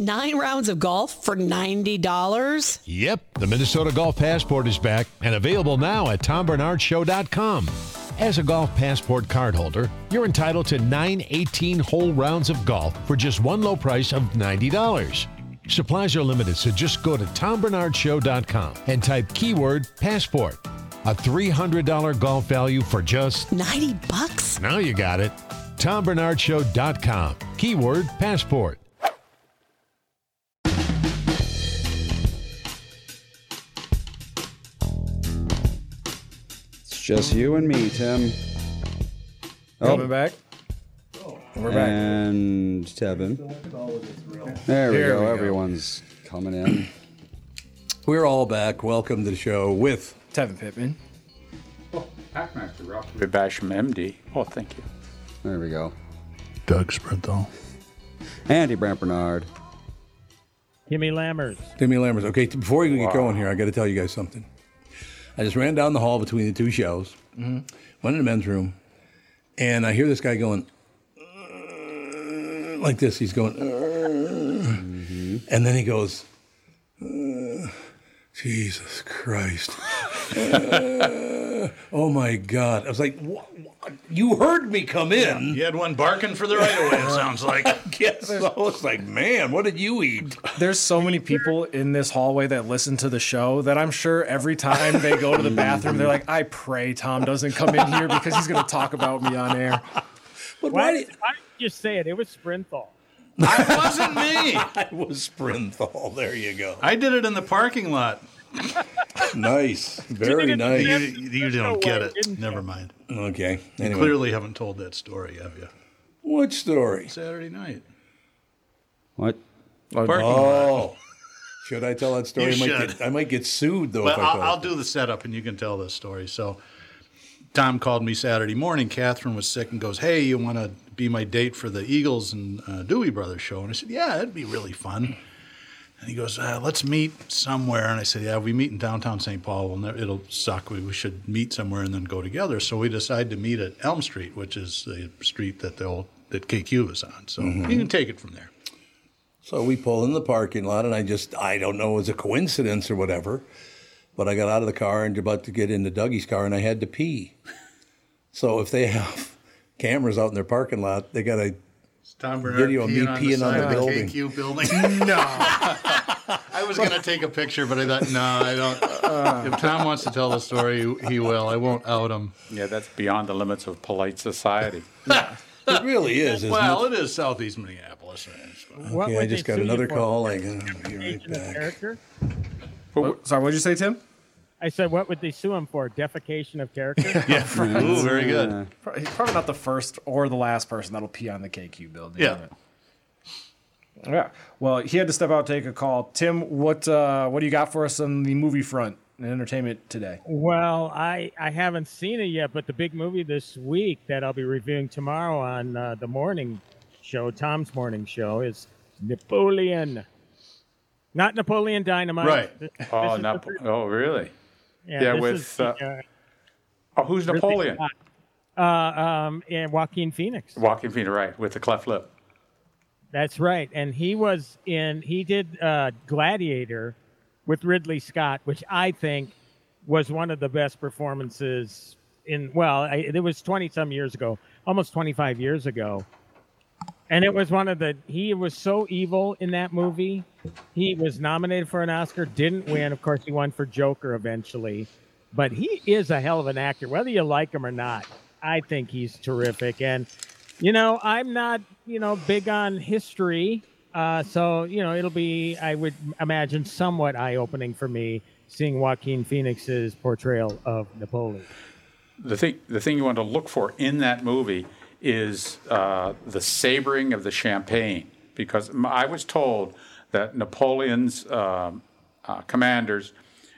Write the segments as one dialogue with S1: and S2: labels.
S1: Nine rounds of golf for $90?
S2: Yep, the Minnesota Golf Passport is back and available now at tombernardshow.com. As a Golf Passport cardholder, you're entitled to nine 18 hole rounds of golf for just one low price of $90. Supplies are limited, so just go to tombernardshow.com and type keyword passport. A $300 golf value for just,
S1: 90 bucks?
S2: now you got it, tombernardshow.com, keyword passport.
S3: It's just you and me, Tim. Oh,
S4: Coming back. We're back.
S3: And Tevin. There we
S4: There
S3: go.
S4: we go.
S3: Everyone's coming in.
S5: We're all back. Welcome to the show with
S4: Tevin Pittman.
S6: Packmaster Rocky Basham MD. Oh, thank you.
S3: There we go.
S7: Doug Sprinthal.
S3: Andy Brant Bernard.
S8: Timmy Lammers.
S5: Timmy Lammers. Okay, t- before we get going here, I got to tell you guys something. I just ran down the hall between the two shows, went in the men's room, and I hear this guy going "Uh," like this. He's going, "Uh," and then he goes, "Uh, Jesus Christ. Uh, oh my God. I was like, "Wha- wha- you heard me come in.
S7: You had one barking for the right of way, it sounds like.
S5: Yes. I was like, man, what did you eat?
S4: There's so many people in this hallway that listen to the show that I'm sure every time they go to the bathroom, they're like, I pray Tom doesn't come in here because he's going to talk about me on air.
S5: But
S8: Why,
S5: why
S8: why
S5: did,
S8: did you say it? It was Sprinthal.
S7: it wasn't me.
S5: I was Sprinthal. There you go.
S7: I did it in the parking lot.
S5: Nice. Very
S8: Didn't
S5: nice.
S7: You,
S8: Yep.
S7: you don't
S8: No
S7: get
S8: way,
S7: it.
S8: didn't
S7: Never
S8: you?
S7: mind.
S5: Okay. Anyway,
S7: Clearly haven't told that story, have you?
S5: what story?
S7: Saturday night.
S3: What?
S7: Parking lot.
S5: Oh, should I tell that story?
S7: You
S5: I might,
S7: should.
S5: get, I might get sued though.
S7: Well,
S5: if I
S7: I'll,
S5: tell
S7: I'll
S5: it.
S7: do the setup and you can tell this story. So, Tom called me Saturday morning. Catherine was sick and goes, Hey, you want to be my date for the Eagles and uh, Dewey Brothers show? And I said, Yeah, that'd be really fun. And he goes, uh, Let's meet somewhere. And I said, Yeah, we meet in downtown St. Paul. We'll never, it'll suck. We, we should meet somewhere and then go together. So, we decided to meet at Elm Street, which is the street that the old, that KQ was on. So, you can take it from there.
S5: So we pull in the parking lot, and I just I don't know it was a coincidence or whatever, but I got out of the car and about to get into Dougie's car, and I had to pee. So if they have cameras out in their parking lot, they got to.
S7: It's Tom Bernard
S5: Video of me
S7: peeing on the
S5: peeing on
S7: side
S5: the
S7: of
S5: building.
S7: the KQ building. no. I was going to take a picture, but I thought, no, I don't. If Tom wants to tell the story, he will. I won't out him.
S6: Yeah, that's beyond the limits of polite society.
S5: It really is. Isn't
S7: Well,
S5: it?
S7: it is Southeast Minneapolis. man. It's fine.
S8: What
S5: Yeah,
S8: would
S5: I just
S8: they
S5: got
S8: sue you
S5: another
S8: for?
S5: call. Like, oh, I'll be right
S8: Defamation of
S5: back.
S8: character?
S4: Sorry, what'd you say, Tim?
S8: I said, what would they sue him for? Defecation of character?
S7: Yeah. Ooh, very good.
S4: Pro- He's probably not the first or the last person that'll pee on the KQ building.
S7: Yeah.
S4: Yeah. Well, he had to step out, take a call. Tim, what uh, what do you got for us on the movie front and entertainment today?
S8: well, I, I haven't seen it yet, but the big movie this week that I'll be reviewing tomorrow on uh, the morning show, Tom's morning show, is Napoleon. Not Napoleon Dynamite.
S7: Right.
S8: This- this
S6: Oh,
S8: is the
S6: Nap-
S8: pre-
S6: oh really?
S8: yeah,
S6: yeah,
S8: this
S6: with,
S8: is the,
S6: uh, Oh, who's Napoleon?
S8: uh, um, and Joaquin Phoenix.
S6: Walking Phoenix, right, with the cleft lip.
S8: That's right. And he was in, he did uh, Gladiator with Ridley Scott, which I think was one of the best performances in, well, I, it was 20 some years ago, almost 25 years ago. And it was one of the, he was so evil in that movie. He was nominated for an Oscar, didn't win. Of course, he won for Joker eventually. But he is a hell of an actor, whether you like him or not. I think he's terrific. And you know, I'm not, you know, big on history. Uh, so, you know, it'll be, I would imagine, somewhat eye opening for me seeing Joaquin Phoenix's portrayal of Napoleon.
S6: The thing, the thing you want to look for in that movie is uh, the sabering of the champagne, because m- I was told that Napoleon's um, uh, commanders,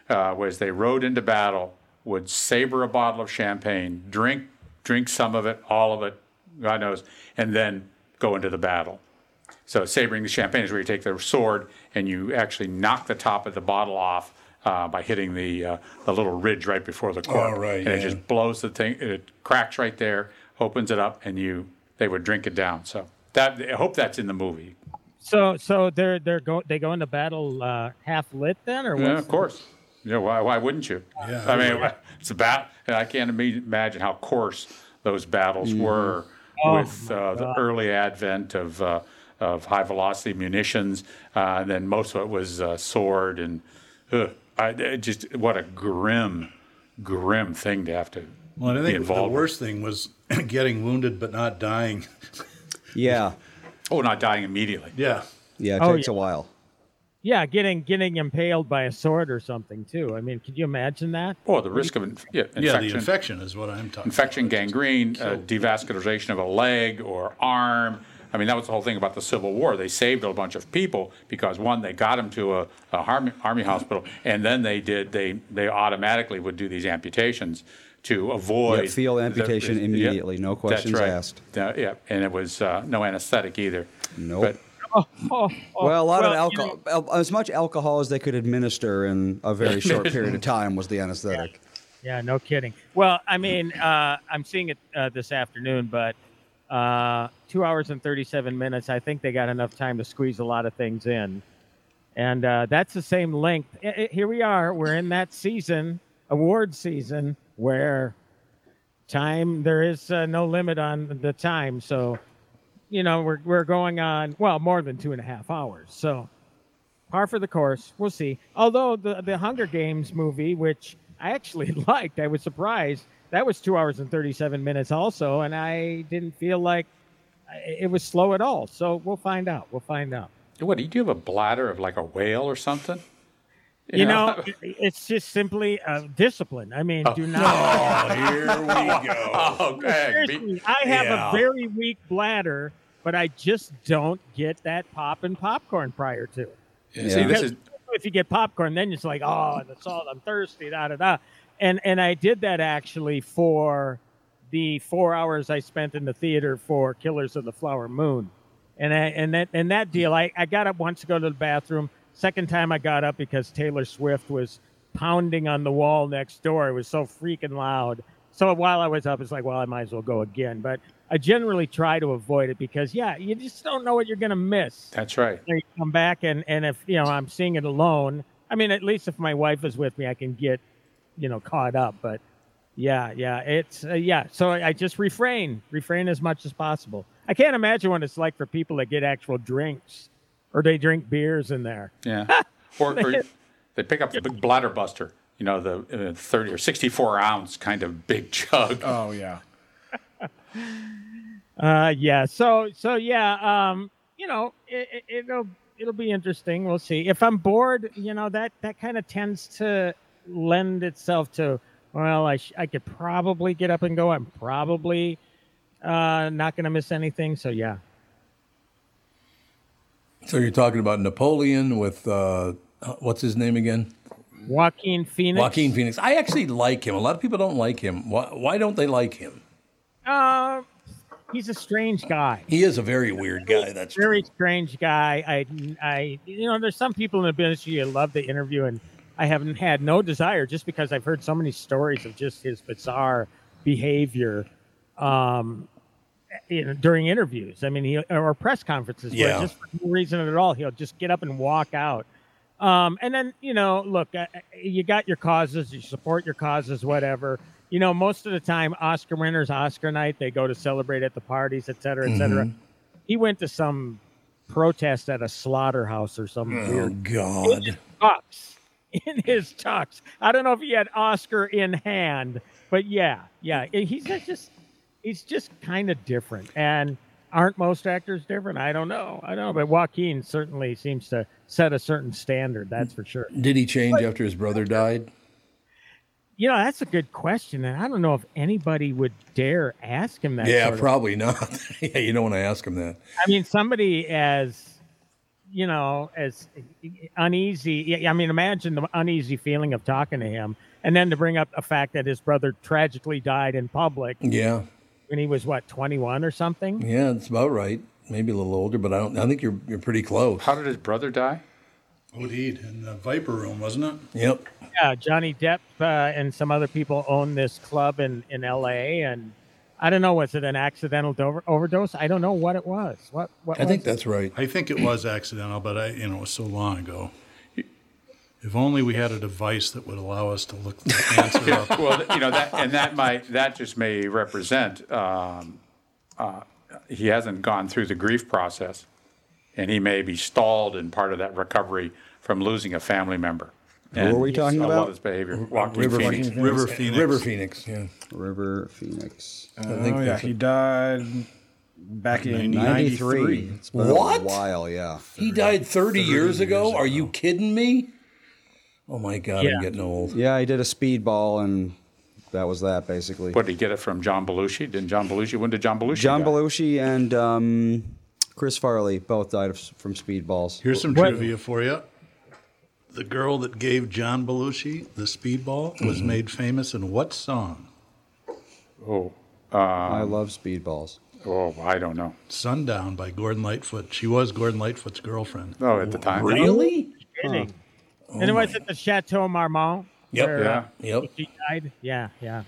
S6: uh, as they rode into battle, would saber a bottle of champagne, drink, drink some of it, all of it, God knows, and then go into the battle. So sabering the champagne is where you take the sword and you actually knock the top of the bottle off uh, by hitting the uh, the little ridge right before the cork,
S5: Oh, right,
S6: and it
S5: yeah.
S6: just blows the thing. It cracks right there, opens it up, and you they would drink it down. So that I hope that's in the movie.
S8: So so they're they're go they go into battle uh, half lit then or
S6: Yeah,
S8: what's
S6: of course. Yeah, why, why wouldn't you?
S7: Yeah,
S6: I mean, it's about, and I can't imme- imagine how coarse those battles were with uh, the early advent of, uh, of high velocity munitions. Uh, and then most of it was uh, sword and ugh, I, it just what a grim, grim thing to have to
S7: Well, and I
S6: be
S7: think the
S6: involved with.
S7: worst thing was getting wounded but not dying.
S3: Yeah.
S6: Oh, not dying immediately.
S7: Yeah.
S3: Yeah. It
S8: Oh,
S3: takes
S8: yeah.
S3: a while.
S8: Yeah, getting getting impaled by a sword or something too. I mean, could you imagine that?
S6: Or Oh, the risk of inf- yeah,
S7: Yeah,
S6: infection.
S7: the infection is what I'm talking
S6: infection,
S7: about.
S6: gangrene, uh, devascularization of a leg or arm. I mean, that was the whole thing about the Civil War. They saved a bunch of people because one, they got them to a, a army, army hospital, and then they did they they automatically would do these amputations to avoid
S3: Yeah, feel
S6: the-
S3: amputation
S6: yeah,
S3: immediately, no questions
S6: that's right.
S3: asked.
S6: Yeah, yeah, and it was uh, no anesthetic either.
S3: Nope.
S6: But
S3: well, a lot of
S8: well, you
S3: alcohol, al- as much alcohol as they could administer in a very short period of time was the anesthetic.
S8: Yeah, no kidding. Well, I mean, uh, I'm seeing it uh, this afternoon, but uh, two hours and 37 minutes. I think they got enough time to squeeze a lot of things in. And uh, that's the same length. I- I- here we are. We're in that season, award season, where time, there is uh, no limit on the time. So, you know, we're, we're going on, well, more than two and a half hours. So, par for the course. We'll see. Although the the Hunger Games movie, which I actually liked, I was surprised that was two hours and thirty seven minutes also, and I didn't feel like it was slow at all. So we'll find out. We'll find out.
S6: what do you do? You Have a bladder of like a whale or something? Oh,
S8: You know, it- it's just simply uh, discipline. I mean, do not.
S7: Oh,
S5: Here we go.
S6: oh, dang, be-
S8: Seriously, I have
S5: Yeah.
S8: a very weak bladder, but I just don't get that pop and popcorn prior to it.
S6: see,
S3: Yeah.
S6: this is
S8: if you get popcorn, then it's like, oh, the salt, I'm thirsty, da da da. And and I did that actually for the four hours I spent in the theater for Killers of the Flower Moon. And I, and that and that deal, I, I got up once to go to the bathroom. Second time I got up because Taylor Swift was pounding on the wall next door. It was so freaking loud. So while I was up, it's like, well, I might as well go again. But I generally try to avoid it because, yeah, you just don't know what you're gonna miss
S6: that's right.
S8: they come back and and if you know I'm seeing it alone, I mean at least if my wife is with me, I can get you know caught up. But yeah, yeah, it's uh, yeah. So I I just refrain, refrain as much as possible. I can't imagine what it's like for people that get actual drinks or they drink beers in there.
S6: Yeah. Or, or they pick up the big bladder buster, you know, the uh, 30 or 64 ounce kind of big jug.
S4: Oh yeah.
S8: Uh, yeah. So so yeah. Um, you know, it, it, it'll it'll be interesting. We'll see. If I'm bored, you know that that kind of tends to lend itself to. Well, I sh- I could probably get up and go. I'm probably uh, not going to miss anything. So yeah.
S5: So you're talking about Napoleon with uh, what's his name again?
S8: Joaquin Phoenix.
S5: Joaquin Phoenix. I actually like him. A lot of people don't like him. Why, why don't they like him?
S8: Uh, he's a strange guy.
S5: He is a very weird guy. That's true.
S8: very strange guy. I, I, you know, there's some people in the business you love to interview, and I haven't had no desire just because I've heard so many stories of just his bizarre behavior, um, you know, during interviews. I mean, he or press conferences.
S5: Yeah.
S8: Where just for no reason at all, he'll just get up and walk out. Um, and then you know, look, uh, you got your causes, you support your causes, whatever. You know, most of the time, Oscar winners, Oscar night, they go to celebrate at the parties, et cetera, et cetera. He went to some protest at a slaughterhouse or something
S5: Oh
S8: weird.
S5: God.
S8: Tux in his tux. I don't know if he had Oscar in hand, but yeah, yeah, he's just- just he's just kind of different. And aren't most actors different? I don't know. I don't know, but Joaquin certainly seems to set a certain standard. That's for sure.
S5: Did he change after his brother died?
S8: You know, that's a good question, and I don't know if anybody would dare ask him that.
S5: yeah,
S8: sort of-
S5: probably not. yeah, you don't want to ask him that.
S8: I mean, somebody as you know as uneasy. yeah, I mean, imagine the uneasy feeling of talking to him, and then to bring up the fact that his brother tragically died in public
S5: Yeah,
S8: when he was what twenty one or something.
S5: yeah, that's about right. Maybe a little older, but I don't. I think you're you're pretty close.
S6: How did his brother die?
S7: Indeed, in the Viper Room, wasn't it?
S5: Yep.
S8: Yeah, Johnny Depp uh, and some other people own this club in in L.A. and I don't know. Was it an accidental dover- overdose? I don't know what it was. What? What?
S5: I
S8: was
S5: think
S8: it?
S5: that's right.
S7: I think it was accidental, but I, you know, it was so long ago. If only we had a device that would allow us to look the answer up.
S6: well, you know that, and that might that just may represent um, uh, he hasn't gone through the grief process, and he may be stalled in part of that recovery from losing a family member. And
S3: were we
S6: he's-
S3: talking
S6: I
S3: about?
S6: Love his behavior. Joaquin Phoenix.
S7: River Phoenix.
S5: River Phoenix. Yeah.
S3: River Phoenix.
S5: I think
S4: oh yeah,
S5: that's
S4: he
S5: it.
S4: died back in
S3: Ninety-three.
S4: '93.
S3: It's been
S5: What?
S3: a while, yeah.
S5: He died 30 years ago? Are you kidding me? Oh my God,
S8: Yeah.
S5: I'm getting old.
S3: Yeah, he did a speedball, and that was that basically.
S6: What did he get it from John Belushi? Didn't John Belushi? When did John Belushi?
S3: John
S6: die?
S3: Belushi and um, Chris Farley both died of, from speedballs.
S7: Here's some
S8: What-
S7: trivia for you. The girl that gave John Belushi the speedball was made famous in what song?
S3: I love speedballs.
S6: Oh, I don't know.
S7: Sundown by Gordon Lightfoot. She was Gordon Lightfoot's girlfriend.
S6: Oh, at the time.
S5: Really?
S8: Kidding.
S9: Oh
S8: and it was at the Chateau Marmont.
S5: Yep.
S8: where,
S6: Yeah.
S5: Yep.
S8: uh, She died. Yeah, yeah.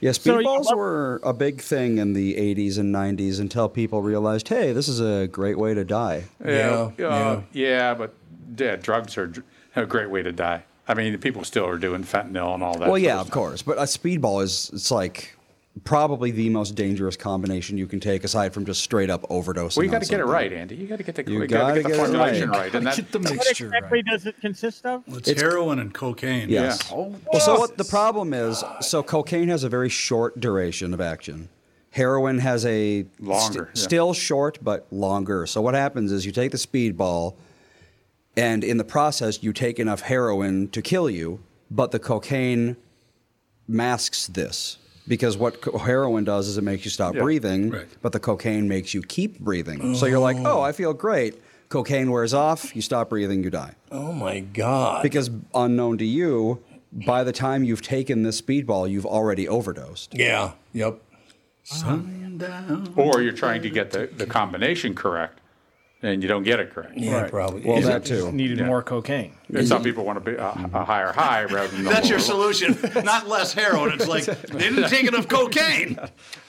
S3: Yeah,
S8: So you
S3: speedballs
S8: love-
S3: were a big thing in the 80s and 90s until people realized, hey, this is a great way to die.
S6: Yeah,
S5: Yeah,
S6: uh, yeah. but yeah, drugs are dr- a great way to die. I mean, the people still are doing fentanyl and all that.
S3: Well,
S6: sort
S3: yeah,
S6: of
S3: of course, but a speedball is it's like probably the most dangerous combination you can take aside from just straight up overdose.
S6: Well, you got to get it right, Andy. You got to get the
S3: You
S6: you
S3: gotta
S6: gotta get the
S3: get it
S6: formulation
S3: right.
S6: right, and that,
S9: Get the
S8: What
S9: mixture
S8: exactly
S9: right.
S8: does it consist of?
S7: It's, heroin and cocaine.
S3: Yes.
S6: Yeah. Oh,
S3: well, so what the problem is, so cocaine has a very short duration of action. Heroin has a
S6: Longer, yeah.
S3: still short but longer. So what happens is you take the speedball, and in the process you take enough heroin to kill you, but the cocaine masks this because what co- heroin does is it makes you stop breathing,
S7: right.
S3: but the cocaine makes you keep breathing. So you're like, oh, I feel great. Cocaine wears off, you stop breathing, you die.
S5: Oh my God.
S3: Because unknown to you, by the time you've taken this speedball, you've already overdosed.
S5: yeah. Yep.
S7: Sundown.
S6: or you're trying to get the, the combination correct, and you don't get it correct.
S5: Yeah,
S4: Right.
S5: probably.
S3: Well,
S5: Is it-
S3: that too.
S4: Needed more cocaine.
S6: And some people want to be a, a higher high rather than the
S7: That's your
S6: lower low.
S7: solution. Not less heroin. It's like they didn't take enough cocaine.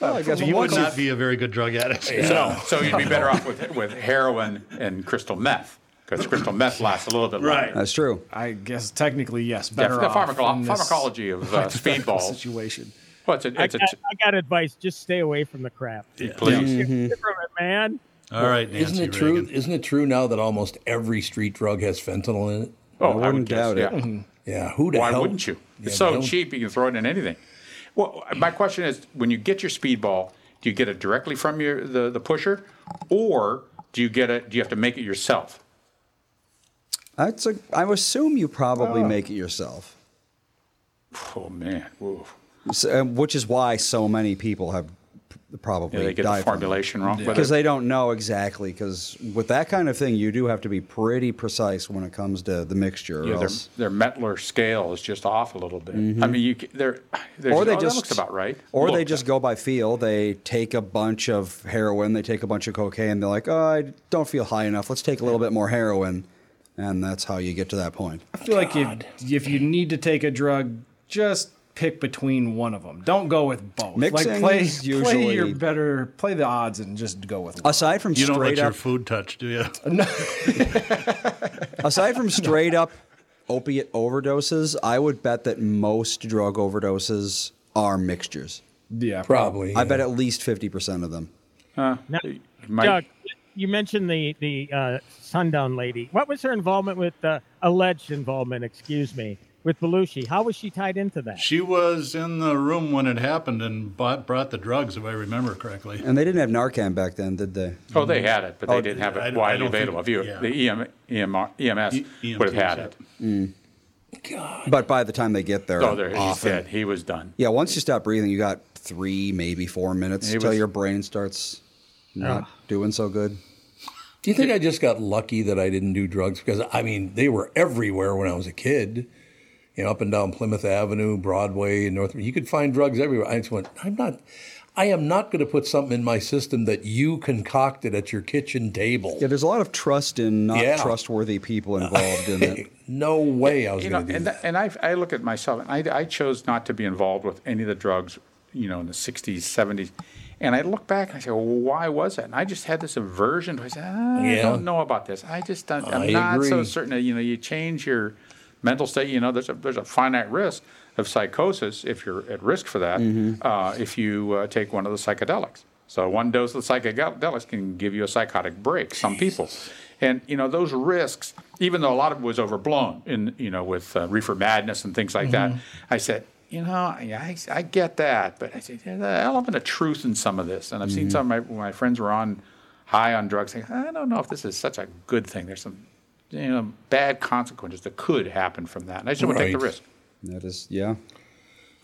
S3: Oh, I guess
S7: You would
S3: once
S7: not be a very good drug addict.
S6: So, so you'd be better off with with heroin and crystal meth because crystal meth lasts a little bit
S7: Right.
S6: longer.
S3: That's true.
S4: I guess technically yes.
S6: Yeah,
S4: Better
S6: the
S4: off
S6: pharmacolo-
S4: in this
S6: pharmacology of uh, speedballs.
S9: Situation.
S6: Well, it's a,
S8: I
S6: it's a,
S8: got, I got advice. Just stay away from the crap.
S6: please.
S8: Get
S9: Mm-hmm.
S8: rid of it, man.
S7: All right, Nancy
S5: Isn't it
S7: Reagan.
S5: true? Isn't it true now that almost every street drug has fentanyl in it?
S6: Oh, I,
S3: wouldn't
S6: would guess,
S3: doubt it.
S6: yeah.
S5: Yeah. Who the
S6: Why
S5: hell?
S6: wouldn't you?
S5: Yeah,
S6: It's so
S5: no.
S6: cheap, you can throw it in anything. Well, my question is, when you get your speedball, do you get it directly from your the, the pusher, or do you get it? Do you have to make it yourself?
S3: That's a, I assume you probably make it yourself,
S6: Oh man, Whoa.
S3: So, um, which is why so many people have p- probably
S6: Yeah, they get the
S3: died from it.
S6: formulation wrong. whether-
S3: because they don't know exactly. Because with that kind of thing, you do have to be pretty precise when it comes to the mixture, or
S6: yeah, their,
S3: else, Mm-hmm.
S6: their Mettler scale is just off a little bit. I mean, you ca- they're, they're
S3: or they
S6: oh, that
S3: just
S6: looks about right.
S3: or they
S6: Look,
S3: just go by feel. They take a bunch of heroin, they take a bunch of cocaine. They're like, oh, I don't feel high enough. Let's take a little bit more heroin, and that's how you get to that point.
S4: I feel like if, if you need to take a drug, just pick between one of them. Don't go with both. like
S3: Mixing
S4: play,
S3: is
S4: play
S3: usually-
S4: your better, play the odds and just go with one.
S3: Aside from
S7: You don't let
S3: straight
S7: your
S3: up,
S7: food touch, do you?
S3: aside from straight up opiate overdoses, I would bet that most drug overdoses are mixtures.
S4: yeah,
S5: Probably.
S3: I bet at least fifty percent of them.
S8: Now,
S6: you might-
S8: Doug, you mentioned the the uh, sundown lady. What was her involvement with uh, alleged involvement? Excuse me, with Belushi. How was she tied into that?
S7: She was in the room when it happened and bought, brought the drugs, if I remember correctly.
S3: And they didn't have Narcan back then, did they?
S6: Oh, they had it, but they didn't have
S7: I- I
S6: it
S7: don't
S6: widely
S7: think-
S6: available. If you,
S7: yeah.
S6: the E EM, EMR, EMS
S7: E-
S6: would have had
S7: EMTs,
S6: it.
S3: But by the time they get there,
S6: Oh, there he's
S3: often-
S6: dead. He was done.
S3: Yeah, once you stop breathing, you got three, maybe four minutes
S6: It
S3: until
S6: was-
S3: your brain starts not doing so good.
S5: Do you think I just got lucky that I didn't do drugs? Because I mean, they were everywhere when I was a kid. You know, up and down Plymouth Avenue, Broadway, and North. You could find drugs everywhere. I just went. I'm not. I am not going to put something in my system that you concocted at your kitchen table.
S3: Yeah, there's a lot of trust in not
S5: Yeah.
S3: trustworthy people involved in it.
S5: No way I was
S6: You know,
S5: going to do
S6: and,
S5: that.
S6: that, and I, I look at myself, and I, I chose not to be involved with any of the drugs you know, in the 60s, 70s. And I look back and I say, well, why was that? And I just had this aversion. to it. I said, "Ah, I
S5: Yeah.
S6: don't know about this. I just don't, I'm
S5: I
S6: not so
S5: agree.
S6: certain that, you know, you change your mental state. You know, there's a, there's a finite risk of psychosis if you're at risk for that
S5: Mm-hmm.
S6: uh, if you uh, take one of the psychedelics. So one dose of the psychedelics can give you a psychotic break. Some people, and you know those risks, even though a lot of it was overblown in you know with uh, reefer madness and things like that.
S5: Mm-hmm.
S6: I said. You know, I, I I get that, but I said there's an element of truth in some of this, and I've
S5: Mm-hmm.
S6: seen some of my, my friends were on high on drugs, saying, I don't know if this is such a good thing. There's some you know bad consequences that could happen from that, and I just want to take the
S5: Right.
S6: risk.
S3: That is, yeah.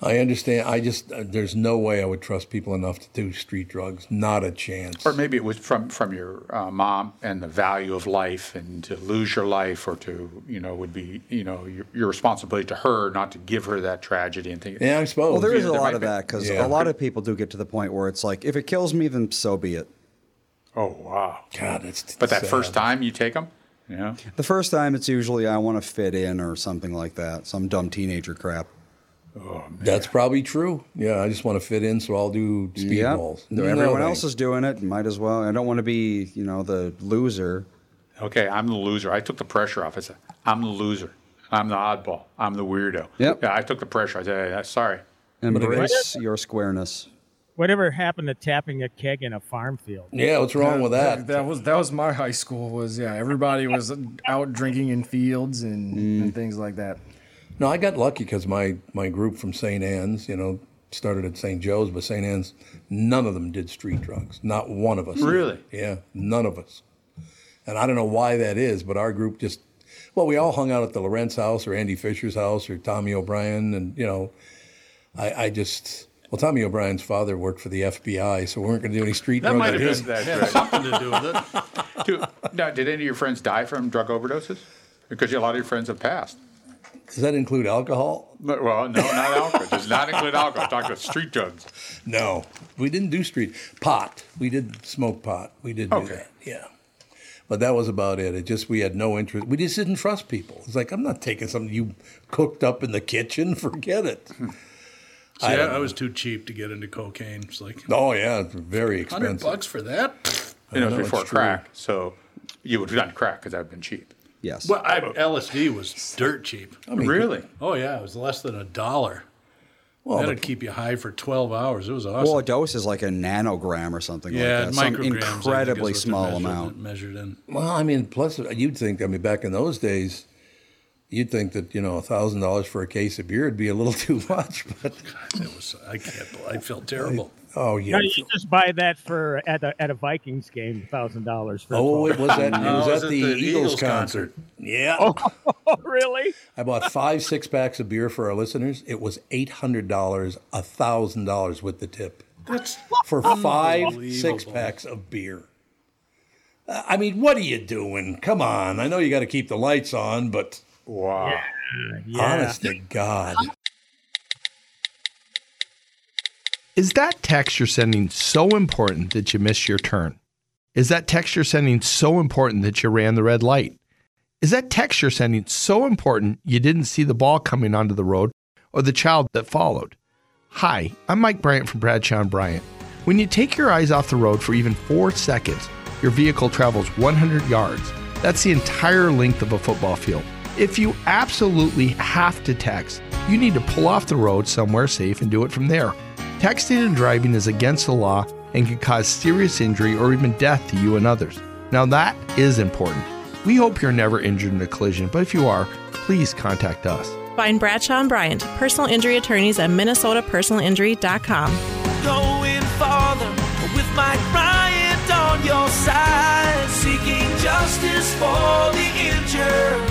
S5: I understand. I just uh, there's no way I would trust people enough to do street drugs. Not a chance.
S6: Or maybe it was from from your uh, mom and the value of life, and to lose your life, or to you know would be you know your, your responsibility to her, not to give her that tragedy and things.
S5: yeah, I suppose.
S3: Well, there is
S6: Oh, yeah,
S3: a
S6: there
S3: lot
S6: might
S3: of
S6: be.
S3: that because a
S5: Yeah.
S3: lot of people do get to the point where it's like, if it kills me, then so be it.
S6: Oh wow!
S5: God, it's
S6: But that
S5: sad.
S6: first time you take them, you know,
S3: The first time, it's usually I want to fit in or something like that, some dumb teenager crap.
S5: That's probably true. Yeah, I just want to fit in, so I'll do
S3: Yeah,
S5: speedballs.
S3: though everyone else is doing it. Might as well. I don't want to be, you know, the loser.
S6: okay, I'm the loser. I took the pressure off. I said, I'm the loser. I'm the oddball. I'm the weirdo.
S3: Yep.
S6: Yeah, I took the pressure. I said, "Hey, sorry.
S3: Embrace your squareness.
S8: Whatever happened to tapping a keg in a farm field?
S5: Yeah, what's wrong with that?
S4: That was that was my high school. Was yeah, everybody was out drinking in fields and,
S3: Mm.
S4: and things like that.
S5: No, I got lucky because my, my group from St. Anne's, you know, started at St. Joe's, but St. Anne's, none of them did street drugs. Not one of us. did.
S6: Really?
S5: Yeah, none of us. And I don't know why that is, but our group just, well, we all hung out at the Lorenz house or Andy Fisher's house or Tommy O'Brien. And, you know, I, I just, well, Tommy O'Brien's father worked for the FBI, so we weren't going to do any street
S6: That
S5: drugs.
S6: might
S5: at
S6: have
S5: his-
S6: been that.
S7: Had something to do with it.
S6: Do- now, did any of your friends die from drug overdoses? Because a lot of your friends have passed.
S5: Does that include alcohol?
S6: But- Well, no, not alcohol. Does not include alcohol. I'm talking about street drugs.
S5: No, we didn't do street pot. We did smoke pot. We did do
S6: Okay.
S5: that. Yeah, but that was about it. It just we had no interest. We just didn't trust people. It's like I'm not taking something you cooked up in the kitchen. Forget it.
S7: Hmm. See,
S5: I
S7: I,
S5: don't
S7: I was too cheap to get into cocaine. It's like
S5: Oh yeah, it's very
S7: hundred
S5: expensive.
S7: bucks for that.
S6: You know, it
S5: know,
S6: was before
S5: it's true.
S6: crack, so you would have done crack because that would have been cheap.
S3: Yes.
S7: Well, I, LSD was dirt cheap.
S6: really?
S7: Oh yeah, it was less than a dollar.
S5: Well,
S7: That'd
S5: the-
S7: keep you high for twelve hours. It was awesome.
S3: Well, a dose is like a nanogram or something
S7: yeah,
S3: like that. Some
S7: micrograms. I think, is what
S3: incredibly
S7: they're
S3: small
S7: measured-
S3: amount.
S7: measured in.
S5: well, I mean, plus you'd think. I mean, back in those days. You'd think that you know thousand dollars for a case of beer would be a little too much, but
S7: It was. I can't. bel- I felt terrible.
S5: oh yeah,
S8: No, you just buy that for at a, at a Vikings game, thousand dollars for. a
S5: oh
S8: twelve.
S5: it was at, it was
S7: was
S5: at
S7: at
S5: the,
S7: the
S5: Eagles,
S7: Eagles
S5: concert.
S7: concert. Oh,
S5: Yeah,
S8: really?
S5: I bought five six packs of beer for our listeners. It was eight hundred dollars, thousand dollars with the tip
S7: That's
S5: for five
S7: Unbelievable.
S5: six packs of beer. Uh, I mean, what are you doing? Come on! I know you got to keep the lights on, but
S6: Wow.
S5: honest to God,
S9: Is that text you're sending so important that you missed your turn? Is that text you're sending so important that you ran the red light? Is that text you're sending so important you didn't see the ball coming onto the road or the child that followed? Hi, I'm Mike Bryant from Bradshaw and Bryant. When you take your eyes off the road for even four seconds, your vehicle travels 100 yards. That's the entire length of a football field. If you absolutely have to text, you need to pull off the road somewhere safe and do it from there. Texting and driving is against the law and can cause serious injury or even death to you and others. Now, that is important. We hope you're never injured in a collision, but if you are, please contact us.
S10: Find Bradshaw and Bryant, personal injury attorneys at minnesotapersonalinjury.com.
S11: Going farther with Mike Bryant on your side, seeking justice for the injured.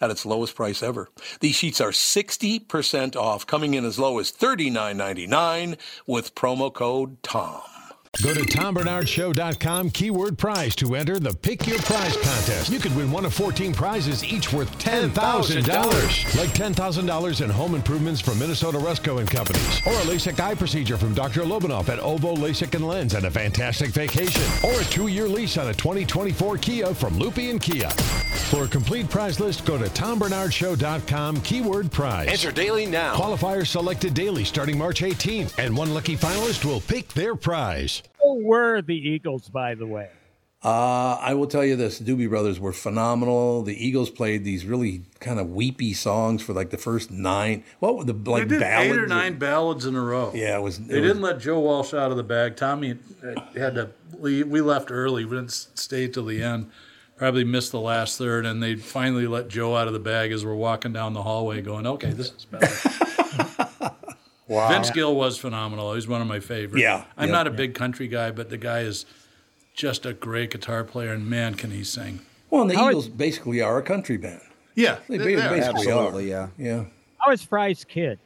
S12: at its lowest price ever. These sheets are 60% off, coming in as low as $39.99 with promo code TOM.
S2: Go to TomBernardShow.com, keyword prize, to enter the Pick Your Prize contest. You could win one of 14 prizes, each worth $10,000. Like $10,000 in home improvements from Minnesota Rusco and Companies, or a LASIK eye procedure from Dr. Lobanoff at Ovo LASIK and Lens, and a fantastic vacation, or a two year lease on a 2024 Kia from Loopy and Kia. For a complete prize list, go to TomBernardShow.com, keyword prize.
S13: Enter daily now.
S2: Qualifiers selected daily starting March 18th, and one lucky finalist will pick their prize.
S8: Who were the Eagles, by the way?
S5: Uh, I will tell you this: the Doobie Brothers were phenomenal. The Eagles played these really kind of weepy songs for like the first nine. What were the like
S7: they did
S5: ballads?
S7: eight or nine ballads in a row.
S5: Yeah, it was. it
S7: They
S5: was-
S7: didn't let Joe Walsh out of the bag. Tommy uh, had to. leave. We left early. We didn't s- stay till the end. Probably missed the last third, and they finally let Joe out of the bag as we're walking down the hallway, going, "Okay, this is better."
S5: Wow.
S7: Vince Gill was phenomenal. He's one of my favorites.
S5: Yeah.
S7: I'm
S5: Yeah.
S7: not a big country guy, but the guy is just a great guitar player, and man, can he sing!
S5: Well, and the Eagles basically are a country band.
S7: Yeah,
S5: They
S7: they're-
S5: ba-
S7: they're-
S5: basically
S3: Absolutely,
S5: are. yeah, yeah.
S8: How is Fry's kid?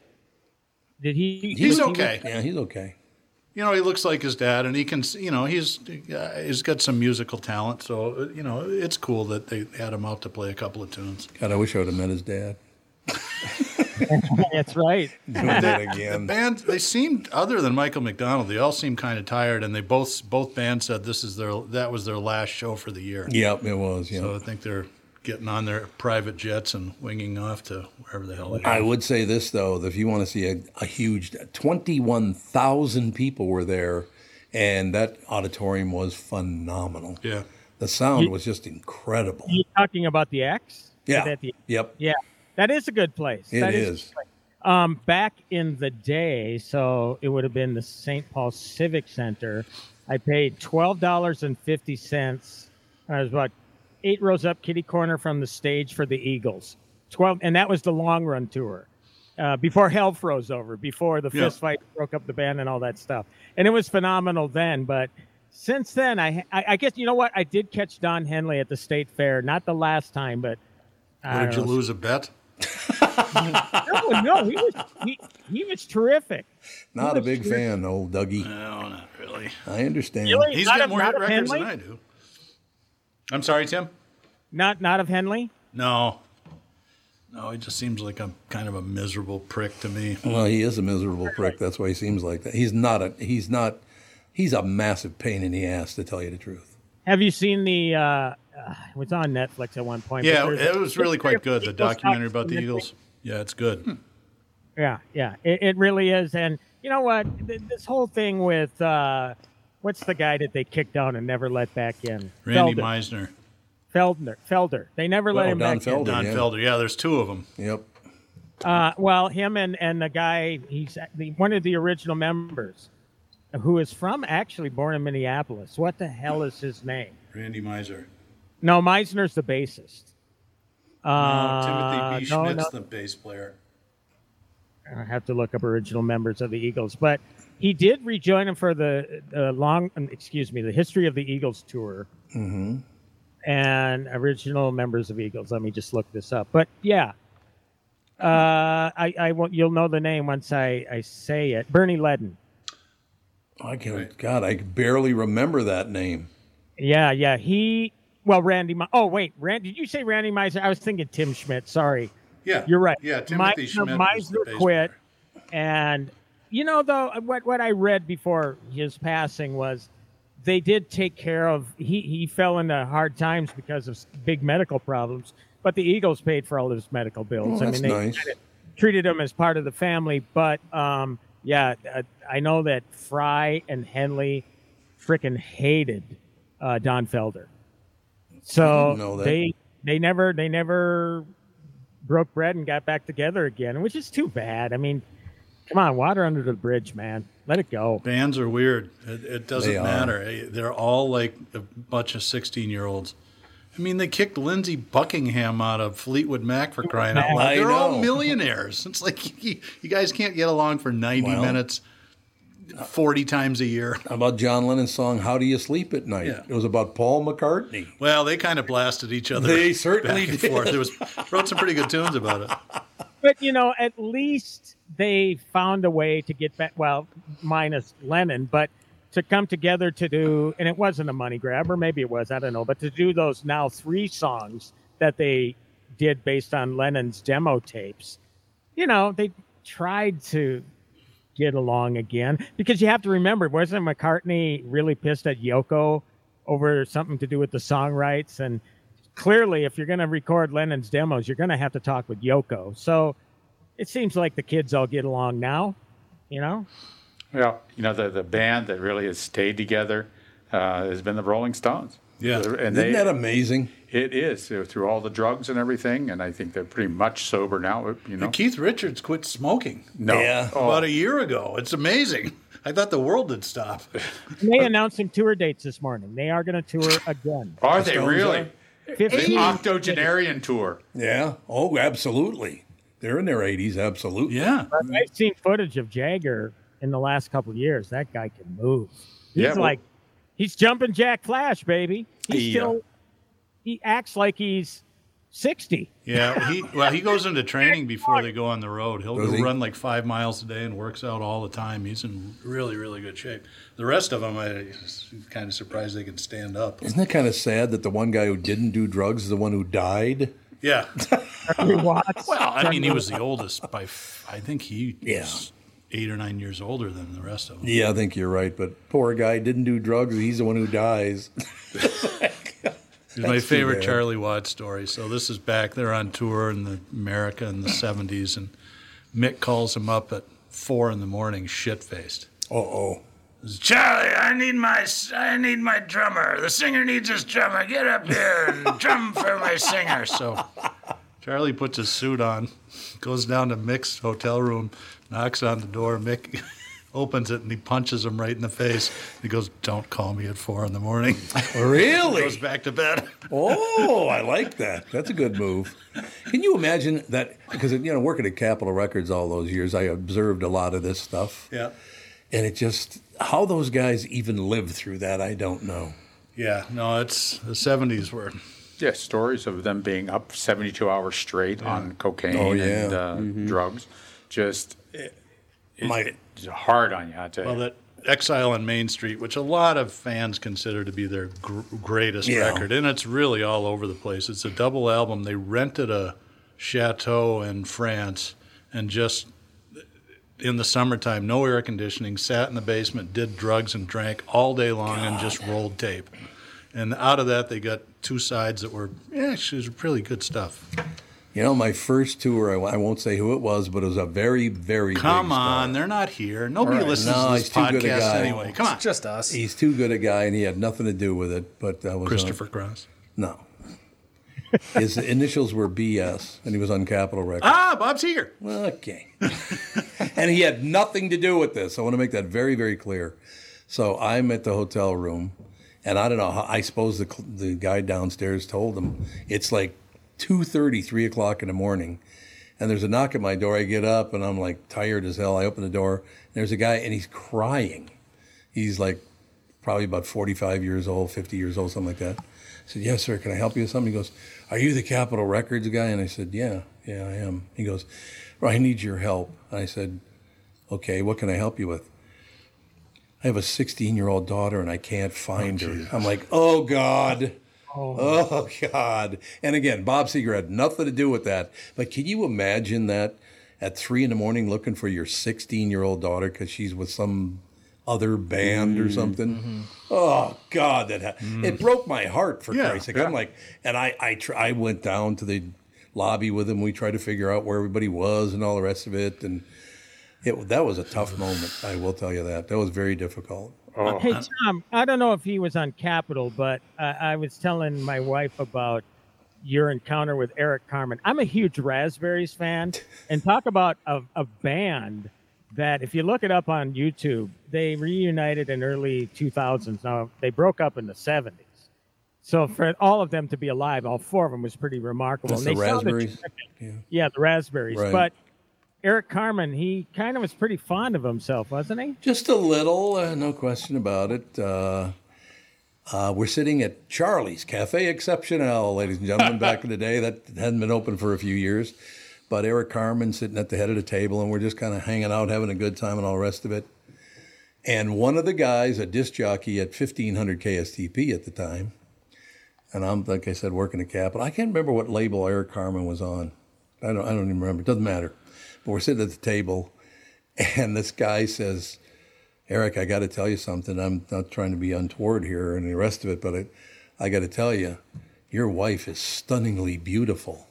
S8: Did he?
S7: He's
S8: he-
S7: okay.
S5: Yeah, he's okay.
S7: you know, he looks like his dad, and he can, you know, he's uh, he's got some musical talent. So uh, you know, it's cool that they had him out to play a couple of tunes.
S5: God, I wish I would have met his dad.
S8: That's right.
S5: Doing that again.
S7: The band they seemed other than Michael McDonald, they all seemed kind of tired, and they both both bands said this is their that was their last show for the year.
S5: Yep, it was. Yeah.
S7: So I think they're getting on their private jets and winging off to wherever the hell they
S5: I
S7: are.
S5: would say this though, that if you want to see a, a huge, twenty-one thousand people were there, and that auditorium was phenomenal.
S7: Yeah,
S5: the sound
S8: You-
S5: was just incredible.
S8: You talking about the X?
S5: Yeah.
S8: Is that the-
S5: Yep.
S8: Yeah, that is a good place.
S5: It
S8: That
S5: is.
S8: a good place. Um, back in the day, so it would have been the St. Paul Civic Center. I paid twelve dollars and fifty cents. I was about eight rows up, kitty corner from the stage for the Eagles. Twelve, and that was the long run tour uh, before hell froze over, before the
S7: Yeah.
S8: fist fight broke up the band and all that stuff. And it was phenomenal then, but since then, I, I I guess you know what I did catch Don Henley at the state fair, not the last time, but I
S7: What, did you
S8: don't know,
S7: lose a bet?
S8: no, no, he was he, he was terrific.
S5: Not a big fan, old Dougie.
S7: No, not really.
S5: I understand.
S8: Really?
S7: He's
S8: Not
S7: got
S8: of-
S7: more
S8: not
S7: hit
S8: of
S7: records than
S8: Henley?
S7: I do. I'm sorry, Tim.
S8: Not not of Henley.
S7: No. No, he just seems like a kind of a miserable prick to me.
S5: Well, he is a miserable prick. That's why he seems like that. He's not a. He's not. He's a massive pain in the ass, to tell you the truth.
S8: Have you seen the? Uh, uh, it was on Netflix at one point. but
S7: yeah,
S8: there's
S7: it
S8: a-
S7: was really quite good. The
S8: Eagles talk
S7: documentary about the
S8: significant-
S7: Eagles. Yeah, it's good.
S8: Hmm. Yeah, yeah, it, it really is. And you know what? Th- This whole thing with uh, what's the guy that they kicked down and never let back in?
S7: Randy
S8: Felder.
S7: Meisner.
S8: Feldner. Felder. They never let
S7: Well,
S8: him
S7: Don
S8: back
S7: Felder,
S8: in.
S7: Don yeah. Felder. Yeah, there's two of them.
S5: Yep.
S8: Uh, well, him and and the guy he's the, one of the original members, who is from actually born in Minneapolis. What the hell is his name?
S7: Randy Meiser.
S8: No, Meisner's the bassist. Uh,
S7: Timothy B.
S8: no,
S7: Schmidt's
S8: no,
S7: the bass player.
S8: I have to look up original members of the Eagles, but he did rejoin him for the uh, long, um, excuse me, the history of the Eagles tour
S5: Mm-hmm.
S8: and original members of Eagles. Let me just look this up. But yeah, uh, I, I won't. You'll know the name once I, I say it. Bernie Ledden.
S5: I can. God, I barely remember that name.
S8: Yeah, yeah. He well, Randy. Me- Oh wait, Randy. Did you say Randy Meisner? I was thinking Tim Schmidt. Sorry.
S7: Yeah,
S8: you're right.
S7: yeah, Timothy
S8: Meisner,
S7: Schmidt was the
S8: Meisner
S7: bass
S8: quit, and you know though uh, what what I read before his passing was they did take care of. He he fell into hard times because of s- big medical problems, but the Eagles paid for all his medical bills.
S5: Oh,
S8: I
S5: that's
S8: mean, they
S5: nice.
S8: kinda treated him as part of the family. But um, yeah, uh, I know that Fry and Henley freaking hated uh, Don Felder.
S5: I
S8: So
S5: didn't know that.
S8: they they never they never broke bread and got back together again, which is too bad. I mean, Come on, water under the bridge, man. Let it go.
S7: Bands are weird. It, it doesn't
S8: They are.
S7: matter. Eh, They're all like a bunch of 16 year olds. I mean, they kicked Lindsey Buckingham out of Fleetwood Mac for crying out loud.
S5: I
S7: They're all
S5: know.
S7: millionaires. It's like you, you guys can't get along for 90
S5: Well,
S7: minutes 40 times a year.
S5: How about John Lennon's song "How Do You Sleep at Night"?
S7: Yeah.
S5: It was about Paul McCartney.
S7: Well, they kind of blasted each other.
S5: They certainly
S7: back and
S5: did.
S7: forth. There was wrote some pretty good tunes about it.
S8: But you know, at least they found a way to get back. Well, minus Lennon, but to come together to do, and it wasn't a money grab, or maybe it was, I don't know. But to do those now three songs that they did based on Lennon's demo tapes, you know, they tried to get along again because you have to remember, wasn't McCartney really pissed at Yoko over something to do with the song rights and clearly, if you're going to record Lennon's demos, you're going to have to talk with Yoko. So it seems like the kids all get along now, you know?
S6: Yeah, you know the the band that really has stayed together uh, has been the Rolling Stones.
S5: Yeah.
S6: and
S5: Isn't
S6: they-
S5: that amazing?
S6: It is uh, through all the drugs and everything, and I think they're pretty much sober now. You know,
S7: And Keith Richards quit smoking.
S6: No. Yeah.
S5: Oh.
S7: About a year ago. It's amazing. I thought the world would stop.
S8: And they announced some tour dates this morning. They are going to tour again.
S7: Are they really?
S6: the octogenarian tour.
S5: Yeah. Oh, absolutely. They're in their 80s. Absolutely.
S7: Yeah.
S8: I've seen footage of Jagger in the last couple of years. That guy can move. He's
S5: Yeah, well-
S8: like, he's jumping Jack Flash, baby. He's
S7: Yeah.
S8: still, he acts like he's 60.
S7: Yeah, he well he goes into training before they go on the road. He'll
S5: Does
S7: go
S5: he?
S7: run like five miles a day and works out all the time. He's in really really good shape. The rest of them, I am kind of surprised they can stand up.
S5: Isn't that kind of sad that the one guy who didn't do drugs is the one who died?
S7: Yeah.
S8: well,
S7: I mean, he was the oldest by f- I think he
S5: Yeah.
S7: was eight or nine years older than the rest of them.
S5: Yeah, I think you're right. But poor guy didn't do drugs. He's the one who dies.
S7: It's my
S5: That's too
S7: favorite
S5: bad.
S7: Charlie Watts story. So this is back. They're on tour in the America in the '70s, and Mick calls him up at four in the morning, shit faced.
S5: Uh oh.
S7: Charlie, I need my I need my drummer. The singer needs his drummer. Get up here and drum for my singer. So Charlie puts his suit on, goes down to Mick's hotel room, knocks on the door. Mick opens it and he punches him right in the face. He goes, "Don't call me at four in the morning."
S5: Really?
S7: goes back to bed.
S5: Oh, I like that. That's a good move. Can you imagine that? Because you know, working at Capitol Records all those years, I observed a lot of this stuff,
S7: Yeah.
S5: and it just how those guys even lived through that, I don't know.
S7: Yeah, no, it's the '70s were.
S6: Yeah, stories of them being up 72 hours straight on cocaine
S5: Oh,
S6: and
S5: yeah.
S6: uh,
S4: Mm-hmm.
S6: drugs. Just it, it,
S7: My-
S6: it's hard on you, I tell you.
S7: Well, that Exile on Main Street, which a lot of fans consider to be their gr- greatest
S6: Yeah.
S7: record, and it's really all over the place. It's a double album. They rented a chateau in France and just in the summertime, no air conditioning, sat in the basement, did drugs and drank all day long, and just rolled tape. And out of that, they got two sides that were yeah, actually it was really good stuff.
S5: You know, my first tour, I, I won't say who it was, but it was a very, very
S7: Come
S5: big
S7: on, they're not here. Nobody
S5: All right.
S7: listens
S5: No,
S7: to this
S5: he's too good a
S7: podcast
S5: guy.
S7: anyway. Come on,
S4: just us.
S5: He's too good a guy, and he had nothing to do with it. But I was on-
S7: Christopher Cross.
S5: no, his initials were BS, and he was on Capitol Records.
S7: Ah, Bob's here.
S5: Okay. and he had nothing to do with this. I want to make that very, very clear. So I'm at the hotel room, and I don't know. How, I suppose the cl- the guy downstairs told him it's like two thirty, three o'clock in the morning, and there's a knock at my door. I get up, and I'm like tired as hell. I open the door, and there's a guy, and he's crying. He's like probably about 45 years old, 50 years old, something like that. I said, Yes, sir, can I help you with something? He goes, Are you the Capitol Records guy? And I said, Yeah, yeah, I am. He goes, well, I need your help. And I said, Okay, what can I help you with? I have a 16 year old daughter and I can't find her. I'm like, Oh, God. Oh. God. And again, Bob Seger had nothing to do with that. But can you imagine that at three in the morning looking for your 16 year old daughter because she's with some other band
S7: Mm-hmm.
S5: or something? Oh God, that ha- it broke my heart for
S7: Yeah,
S5: Christ's sake.
S7: yeah.
S5: I'm like, and I I, tr- I went down to the lobby with him. We tried to figure out where everybody was and all the rest of it, and it that was a tough moment. I will tell you that that was very difficult.
S8: Hey Tom, I don't know if he was on Capitol, but uh, I was telling my wife about your encounter with Eric Carmen. I'm a huge Raspberries fan, and talk about a, a band that if you look it up on YouTube, they reunited in early 2000s. Now they broke up in the 70s. So for all of them to be alive, all four of them was pretty remarkable.
S5: That's
S8: And
S5: the
S8: they saw
S5: raspberries.
S8: yeah. the raspberries.
S5: Right.
S8: But Eric Carmen, he kind of was pretty fond of himself, wasn't he?
S5: Just a little, uh, no question about it. Uh, uh, we're sitting at Charlie's Cafe Exceptional, ladies and gentlemen, back in the day. That hadn't been open for a few years. But Eric Carmen sitting at the head of the table, and we're just kind of hanging out, having a good time, and all the rest of it. And one of the guys, a disc jockey at 1500 KSTP at the time, and I'm, like I said, working at Capitol. I can't remember what label Eric Carmen was on. I don't, I don't even remember. It doesn't matter. But we're sitting at the table, and this guy says, Eric, I got to tell you something. I'm not trying to be untoward here and the rest of it, but I, I got to tell you, your wife is stunningly beautiful.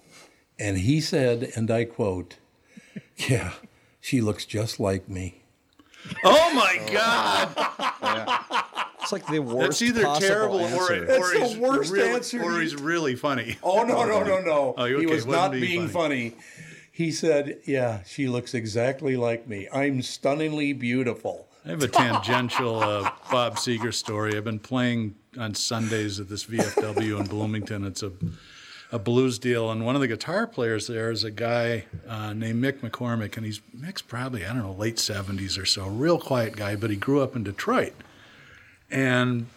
S5: And he said, and I quote, Yeah, she looks just like me.
S12: Oh my God!
S3: It's like the
S7: That's either terrible or, or
S5: That's the
S7: he's
S5: worst
S7: really,
S5: answer
S7: or
S5: you-
S7: he's really funny.
S5: Oh, no, no, no, no.
S7: Oh, okay,
S5: He was
S7: wouldn't
S5: not
S7: be
S5: being funny. He said, Yeah, she looks exactly like me. I'm stunningly beautiful.
S7: I have a tangential uh, Bob Seger story. I've been playing on Sundays at this VFW in Bloomington. It's a a blues deal, and one of the guitar players there is a guy uh, named Mick McCormick, and he's Mick's probably I don't know late seventies or so, real quiet guy, but he grew up in Detroit, and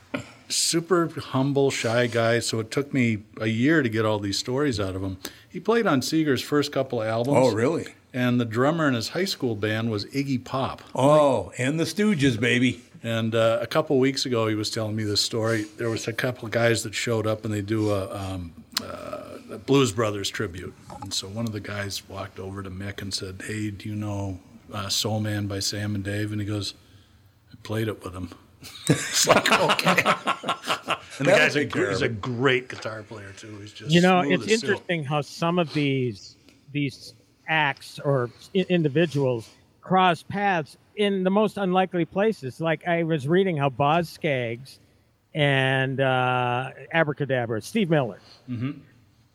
S7: super humble, shy guy. So it took me a year to get all these stories out of him. He played on Seger's first couple of albums.
S5: Oh, really?
S7: And the drummer in his high school band was Iggy Pop.
S5: Oh, and the Stooges, baby.
S7: And uh, a couple weeks ago, he was telling me this story. There was a couple of guys that showed up, and they do a, um, uh, a Blues Brothers tribute. And so one of the guys walked over to Mick and said, "Hey, do you know uh, Soul Man by Sam and Dave?" And he goes, "I played it with him." it's like okay. and the
S8: That
S7: guy's
S8: would
S7: a,
S8: be
S7: gr- he's a
S8: terrible.
S7: great guitar player too. He's just
S8: you know
S7: smooth
S8: it's
S7: as silk.
S8: interesting how some of these these acts or i- individuals cross paths in the most unlikely places like i was reading how boz skaggs and uh, abracadabra steve miller
S7: Mm-hmm.
S5: Mhm.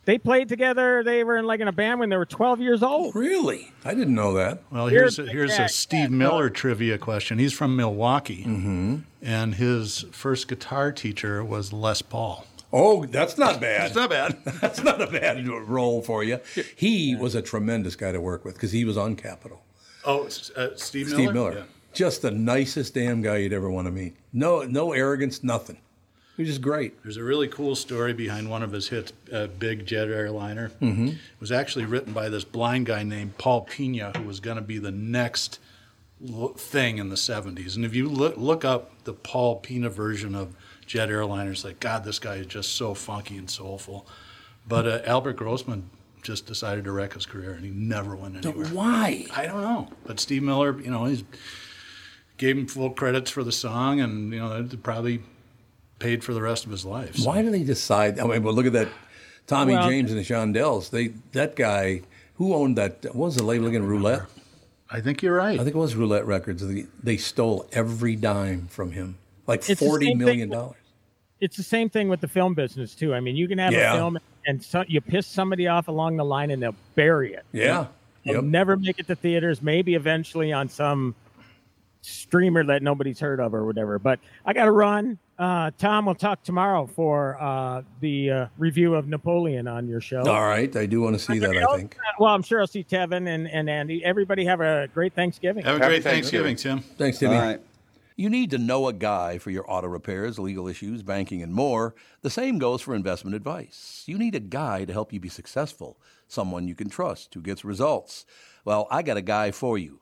S8: they played together they were in like in a band when they were 12 years old
S5: really I didn't know that.
S7: Well,
S8: Here's
S7: here's
S8: the
S7: a, here's
S8: cat,
S7: a Steve Miller trivia question. He's from Milwaukee, and his first guitar teacher was Les Paul.
S5: Oh, that's not bad.
S7: That's not bad.
S5: that's not a bad role for you. He was a tremendous guy to work with because he was on Capitol.
S7: Oh, s- uh, Steve Miller.
S5: Steve Miller,
S7: Yeah.
S5: just the nicest damn guy you'd ever want to meet. No, no arrogance, nothing. He was just great.
S7: There's a really cool story behind one of his hits, uh, "Big Jet Airliner."
S5: Mhm.
S7: It was actually written by this blind guy named Paul Pena, who was going to be the next lo- thing in the '70s. And if you look look up the Paul Pena version of Jet Airliner, it's like, God, this guy is just so funky and soulful. But uh, Albert Grossman just decided to wreck his career, and he never went anywhere.
S5: Why?
S7: I don't know. But Steve Miller, you know, he's gave him full credits for the song, and you know, it probably paid for the rest of his life. So-
S5: Why do they decide? I mean, but look at that, Tommy
S7: Well-
S5: James and the Shondells. They that guy who owned that. What was the label again? Roulette.
S7: I think you're right. I
S5: think it was Roulette Records. They, they stole every dime from him, like
S8: It's the
S5: forty
S8: same thing
S5: million
S8: with-
S5: dollars.
S8: it's the same thing with the film business too i mean you can have
S5: Yeah.
S8: a film and so, you piss somebody off along the line and they'll bury it
S5: Yeah.
S8: They'll never make it to theaters. Maybe eventually on some streamer that nobody's heard of or whatever. But I got to run. Uh, Tom, we'll talk tomorrow for uh, the uh, review of Napoleon on your show.
S5: All right, I do want to see that. I think.
S8: Uh, well, I'm sure I'll see Tevin and, and Andy. Everybody have a great Thanksgiving.
S7: Tim.
S5: Thanks, Timmy.
S12: All right. You need to know a guy for your auto repairs, legal issues, banking, and more. The same goes for investment advice. You need a guy to help you be successful, someone you can trust who gets results. Well, I got a guy for you,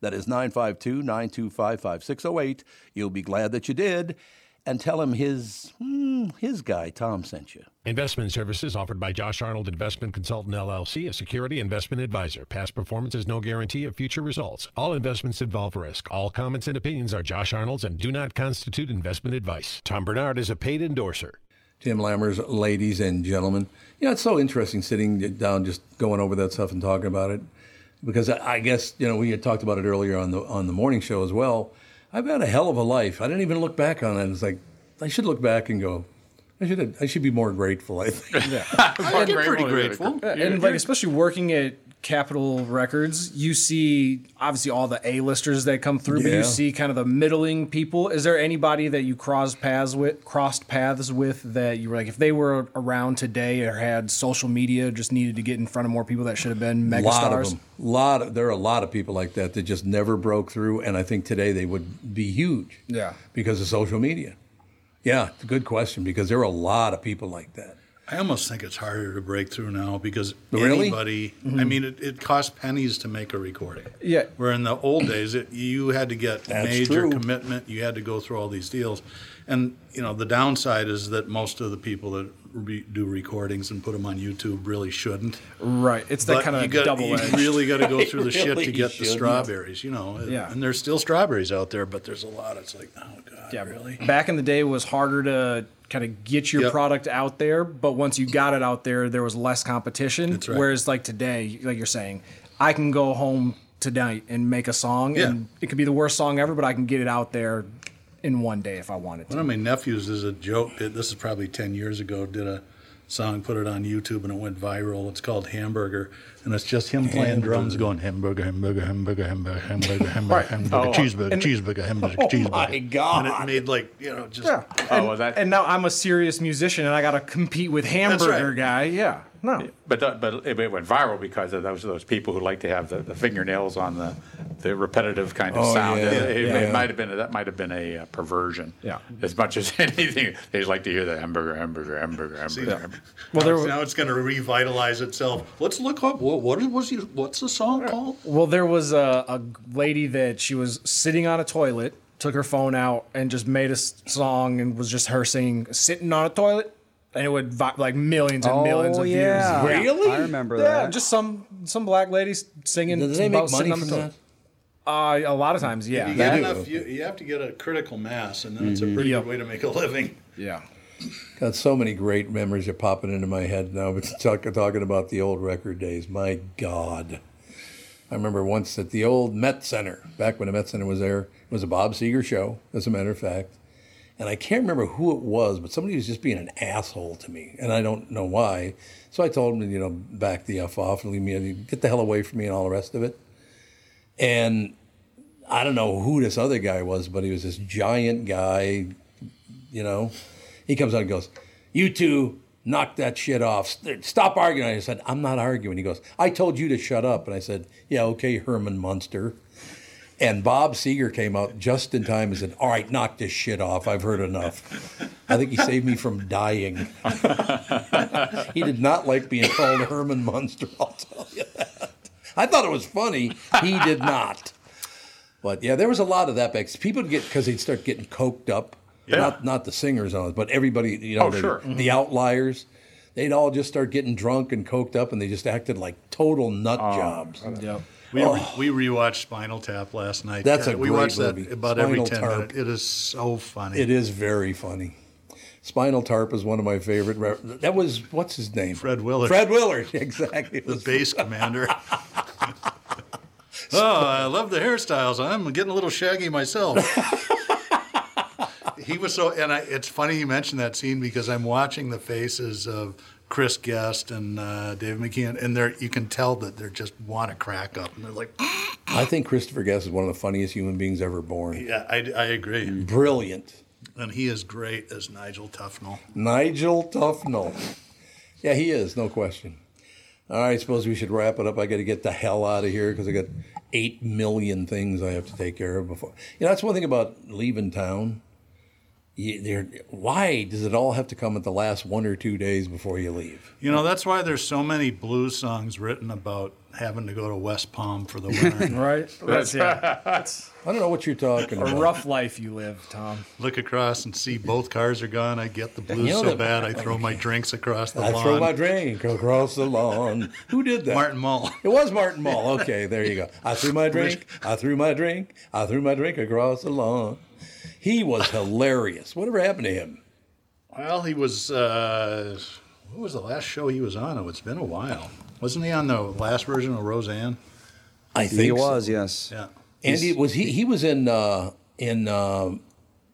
S12: That is 952 925 5608. You'll be glad that you did, and tell him his, hmm, his guy, Tom, sent you.
S2: Investment services offered by Josh Arnold Investment Consultant LLC, a security investment advisor. Past performance is no guarantee of future results. All investments involve risk. All comments and opinions are Josh Arnold's and do not constitute investment advice. Tom Bernard is a paid endorser.
S5: Tim Lammers, ladies and gentlemen. You know, it's so interesting sitting down, just going over that stuff and talking about it, because I, I guess you know we had talked about it earlier on the on the morning show as well. I've had a hell of a life. I didn't even look back on it. It's like I should look back and go. I should I should be more grateful. I think. Yeah.
S4: I'm
S5: pretty grateful.
S4: and like especially working at Capitol Records, you see obviously all the A-listers that come through, but
S5: Yeah.
S4: you see kind of the middling people. Is there anybody that you crossed paths with, crossed paths with that you were like, if they were around today or had social media, just needed to get in front of more people that should have been megastars?
S5: lot of them. Lot of, there are a lot of people like that that just never broke through, and I think today they would be huge
S4: Yeah.
S5: because of social media. Yeah, it's a good question because there are a lot of people like that.
S7: I almost think it's harder to break through now because
S5: Really?
S7: anybody. I
S5: Mhm.
S7: mean, it, it costs pennies to make a recording.
S4: Mm-hmm. Yeah.
S7: Where in the old days, it, you had to get
S5: That's
S7: major
S5: true.
S7: commitment. You had to go through all these deals, and you know the downside is that most of the people that re- do recordings and put them on YouTube really shouldn't.
S4: Right. It's that
S7: But
S4: kinda
S7: you gotta-
S4: double-edged.
S7: You really got to go
S4: They
S7: through the shit to
S4: really
S7: get the
S4: shouldn't.
S7: strawberries. You know.
S4: Yeah.
S7: And there's still strawberries out there, but there's a lot. It's like, oh god,
S4: Yeah,
S7: really.
S4: Back in the day, it was harder to kind of get your
S7: Yep.
S4: product out there, but once you got it out there, there was less competition.
S7: That's right.
S4: Whereas, like today, like you're saying, I can go home tonight and make a song,
S7: Yeah.
S4: and it could be the worst song ever, but I can get it out there in one day if I wanted to.
S7: One of my nephews is a joke. Did, this is probably ten years ago. Did a song, put it on YouTube, and it went viral. It's called Hamburger, and it's just him playing drums, going hamburger, hamburger, hamburger, hamburger, hamburger, hamburger, hamburger,
S4: Oh.
S7: cheeseburger,
S4: And-
S7: cheeseburger, hamburger,
S4: Oh
S7: cheeseburger.
S4: my God.
S7: And it made like you know just
S4: Yeah.
S6: Oh,
S4: And, and now I'm a serious musician, and I got to compete with Hamburger
S6: right.
S4: Guy. Yeah. No.
S6: But the, but it, it went viral because of those those people who like to have the, the fingernails on the the repetitive kind of
S4: Oh,
S6: sound.
S4: yeah,
S6: it it-
S4: yeah.
S6: it might have been that might have been a uh, perversion.
S4: Yeah.
S6: As much as anything, they just like to hear the hamburger, hamburger, hamburger, hamburger. hamburger.
S4: Well, there were-
S7: now it's going to revitalize itself. Let's look up what what was he, what's the song called?
S4: Well, there was a, a lady that she was sitting on a toilet, took her phone out, and just made a s- song and was just her singing "Sitting on a Toilet," and it would vi- like millions and millions of
S3: yeah.
S4: views.
S3: Really? I remember
S4: yeah,
S3: that.
S4: Just some some black ladies singing.
S5: Do they
S4: about
S5: make money
S4: sitting on the
S5: from
S4: toilet. Uh, a lot of times, yeah.
S7: You, get enough, you, you have to get a critical mass, and then it's a pretty good way to make a living.
S4: Yeah.
S5: Got so many great memories are popping into my head now. But talk, talking about the old record days, my God. I remember once at the old Met Center, back when the Met Center was there, it was a Bob Seger show, as a matter of fact. And I can't remember who it was, but somebody was just being an asshole to me, and I don't know why. So I told him, you know, back the F off, leave me, get the hell away from me, and all the rest of it. And I don't know who this other guy was, but he was this giant guy, you know. He comes out and goes, You two, knock that shit off. St- Stop arguing. I said, I'm not arguing. He goes, I told you to shut up. And I said, Yeah, okay, Herman Munster. And Bob Seeger came out just in time and said, All right, knock this shit off. I've heard enough. I think he saved me from dying. he did not like being called Herman Munster, I'll tell you that. I thought it was funny. He did not. But yeah, there was a lot of that back. People would get because they'd start getting coked up.
S6: Yeah.
S5: Not not the singers on it, but everybody, you know,
S6: Oh,
S5: the,
S6: sure.
S5: the outliers. They'd all just start getting drunk and coked up, and they just acted like total nut
S6: Oh,
S5: jobs.
S7: We,
S5: Oh.
S7: re- we rewatched Spinal Tap last night.
S5: That's
S7: Yeah,
S5: a
S7: we
S5: great
S7: watched that
S5: movie.
S7: about every
S5: Spinal
S7: ten
S5: Tap.
S7: minutes. It is so funny.
S5: It is very funny. Spinal Tarp is one of my favorite. Re- that was what's his name? Fred
S7: Willard.
S5: Fred Willard, exactly. The
S7: base commander. Oh, I love the hairstyles. I'm getting a little shaggy myself. he was so, and I, it's funny you mentioned that scene because I'm watching the faces of Chris Guest and uh, Dave McKeon, and they're you can tell that they're just want to crack up, and they're like,
S5: I think Christopher Guest is one of the funniest human beings ever born.
S7: yeah, I, I agree.
S5: Mm. Brilliant.
S7: And he is great as Nigel Tufnell.
S5: Nigel Tufnell. Yeah, he is, no question. All right, I suppose we should wrap it up. I got to get the hell out of here because I got eight million things I have to take care of before. You know, that's one thing about leaving town. you, they're, why does it all have to come at the last one or two days before you leave?
S7: You know, that's why there's so many blues songs written about having to go to West Palm for the winter.
S4: right? That's, yeah. That's
S5: I don't know what you're talking
S4: a
S5: about.
S4: rough life you live, Tom.
S7: Look across and see both cars are gone. I get the blues
S5: You know
S7: so
S5: the-
S7: bad I throw my drinks across the
S5: I
S7: lawn.
S5: throw my drink across the lawn. Who did that?
S7: Martin Mull.
S5: It was Martin Mull. Okay, there you go. I threw my drink. I threw my drink. I threw my drink across the lawn. He was hilarious. Whatever happened to him?
S7: Well, he was. Uh, what was the last show he was on? Oh, it's been a while. Wasn't he on the last version of Roseanne?
S5: I think
S3: He
S5: so.
S3: was, yes.
S7: Yeah.
S5: Andy was he? He was in uh, in uh,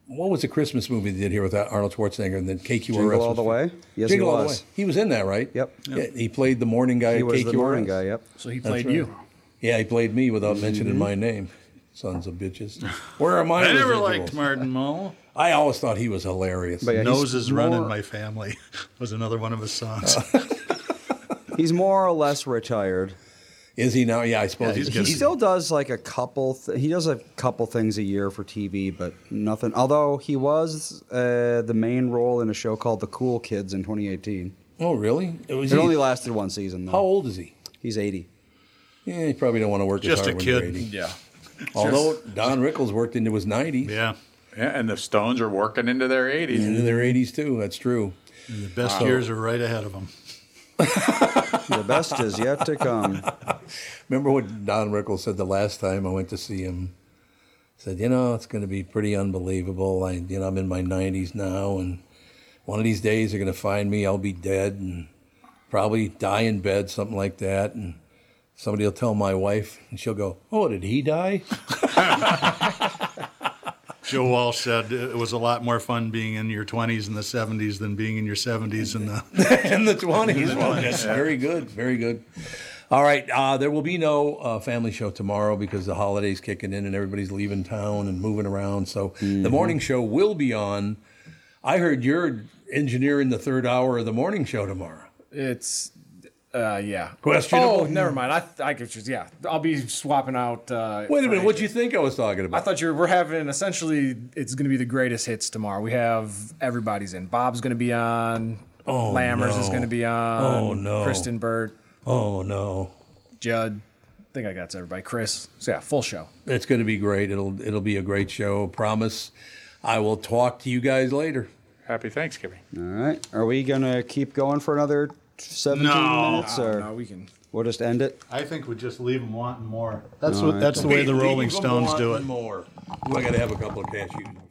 S5: what was the Christmas movie they did here with Arnold Schwarzenegger and then KQRS?
S3: Jingle All
S5: was-
S3: the Way? Yes, he
S5: Jingle All the
S3: was.
S5: Way. He was in that, right?
S3: Yep.
S5: Yeah, he played the morning guy.
S3: He
S5: at
S3: was
S5: KQRS.
S3: the morning guy, Mm-hmm. yep.
S4: So he
S5: That's
S4: played
S5: right.
S4: you.
S5: Yeah, he played me without mentioning my name. Sons of bitches. Where are my
S7: I never
S5: residuals?
S7: liked Martin Mull.
S5: I always thought he was hilarious.
S3: But yeah, he's
S7: Nose is running
S3: more-
S7: my family was another one of his songs.
S3: He's more or less retired.
S5: Is he now? Yeah, I suppose
S7: Yeah, he's
S5: he's,
S7: good.
S3: He still does like a couple. Th- he does a couple things a year for TV, but nothing. Although he was uh, the main role in a show called The Cool Kids in 2018.
S5: Oh, really? It was
S3: It
S5: he-
S3: only lasted one season. Though.
S5: How old is he?
S3: He's 80.
S5: Yeah, he probably don't want to work as
S7: Just a
S5: hard when you're
S7: kid.
S5: 80.
S4: Yeah.
S5: Although Don Rickles worked into his 90s,
S7: yeah.
S6: Yeah, and the Stones are working into their 80s.
S5: into their 80s too. That's true.
S7: The best years are right ahead of him.
S3: The best is yet to come.
S5: Remember what Don Rickles said the last time I went to see him? He said, you know, it's going to be pretty unbelievable. I, you know, I'm in my 90s now, and one of these days they're going to find me. I'll be dead and probably die in bed, something like that. And somebody will tell my wife, and she'll go, "Oh, did he die?"
S7: Joe Walsh said it was a lot more fun being in your 20s and the 70s than being in your 70s and the.
S5: in the 20s. Well, yes, very good, very good. All right, uh, there will be no uh, family show tomorrow because the holidays kicking in and everybody's leaving town and moving around. So
S4: Mm-hmm.
S5: the morning show will be on. I heard you're engineering the third hour of the morning show tomorrow.
S4: It's, uh, yeah.
S5: Questionable.
S4: Oh, never mind. I, I get you. Yeah. I'll be swapping out. Uh,
S5: Wait a minute,
S4: Frank.
S5: what do you think I was talking
S4: I
S5: about?
S4: thought you were, we're having essentially it's going to be the greatest hits tomorrow. We have everybody's in. Bob's going to be on.
S5: Oh,
S4: Lammers is
S5: no.
S4: going to be on.
S5: Oh, no.
S4: Kristen Burt,
S5: oh no,
S4: Judd. I think I got everybody. Chris. So yeah, full show.
S5: it's going to be great. It'll it'll be a great show. Promise. I will talk to you guys later.
S6: Happy Thanksgiving.
S3: All right. Are we gonna keep going for another 17
S7: No.
S3: minutes, or
S4: No, we can.
S3: we'll just end it?
S7: I think we just leave them wanting more. That's what. That's the way the
S5: Leave-
S7: Rolling
S5: leave 'em
S7: Stones do
S5: wanting
S7: it.
S5: More. Ooh, I got to have a couple of cashews.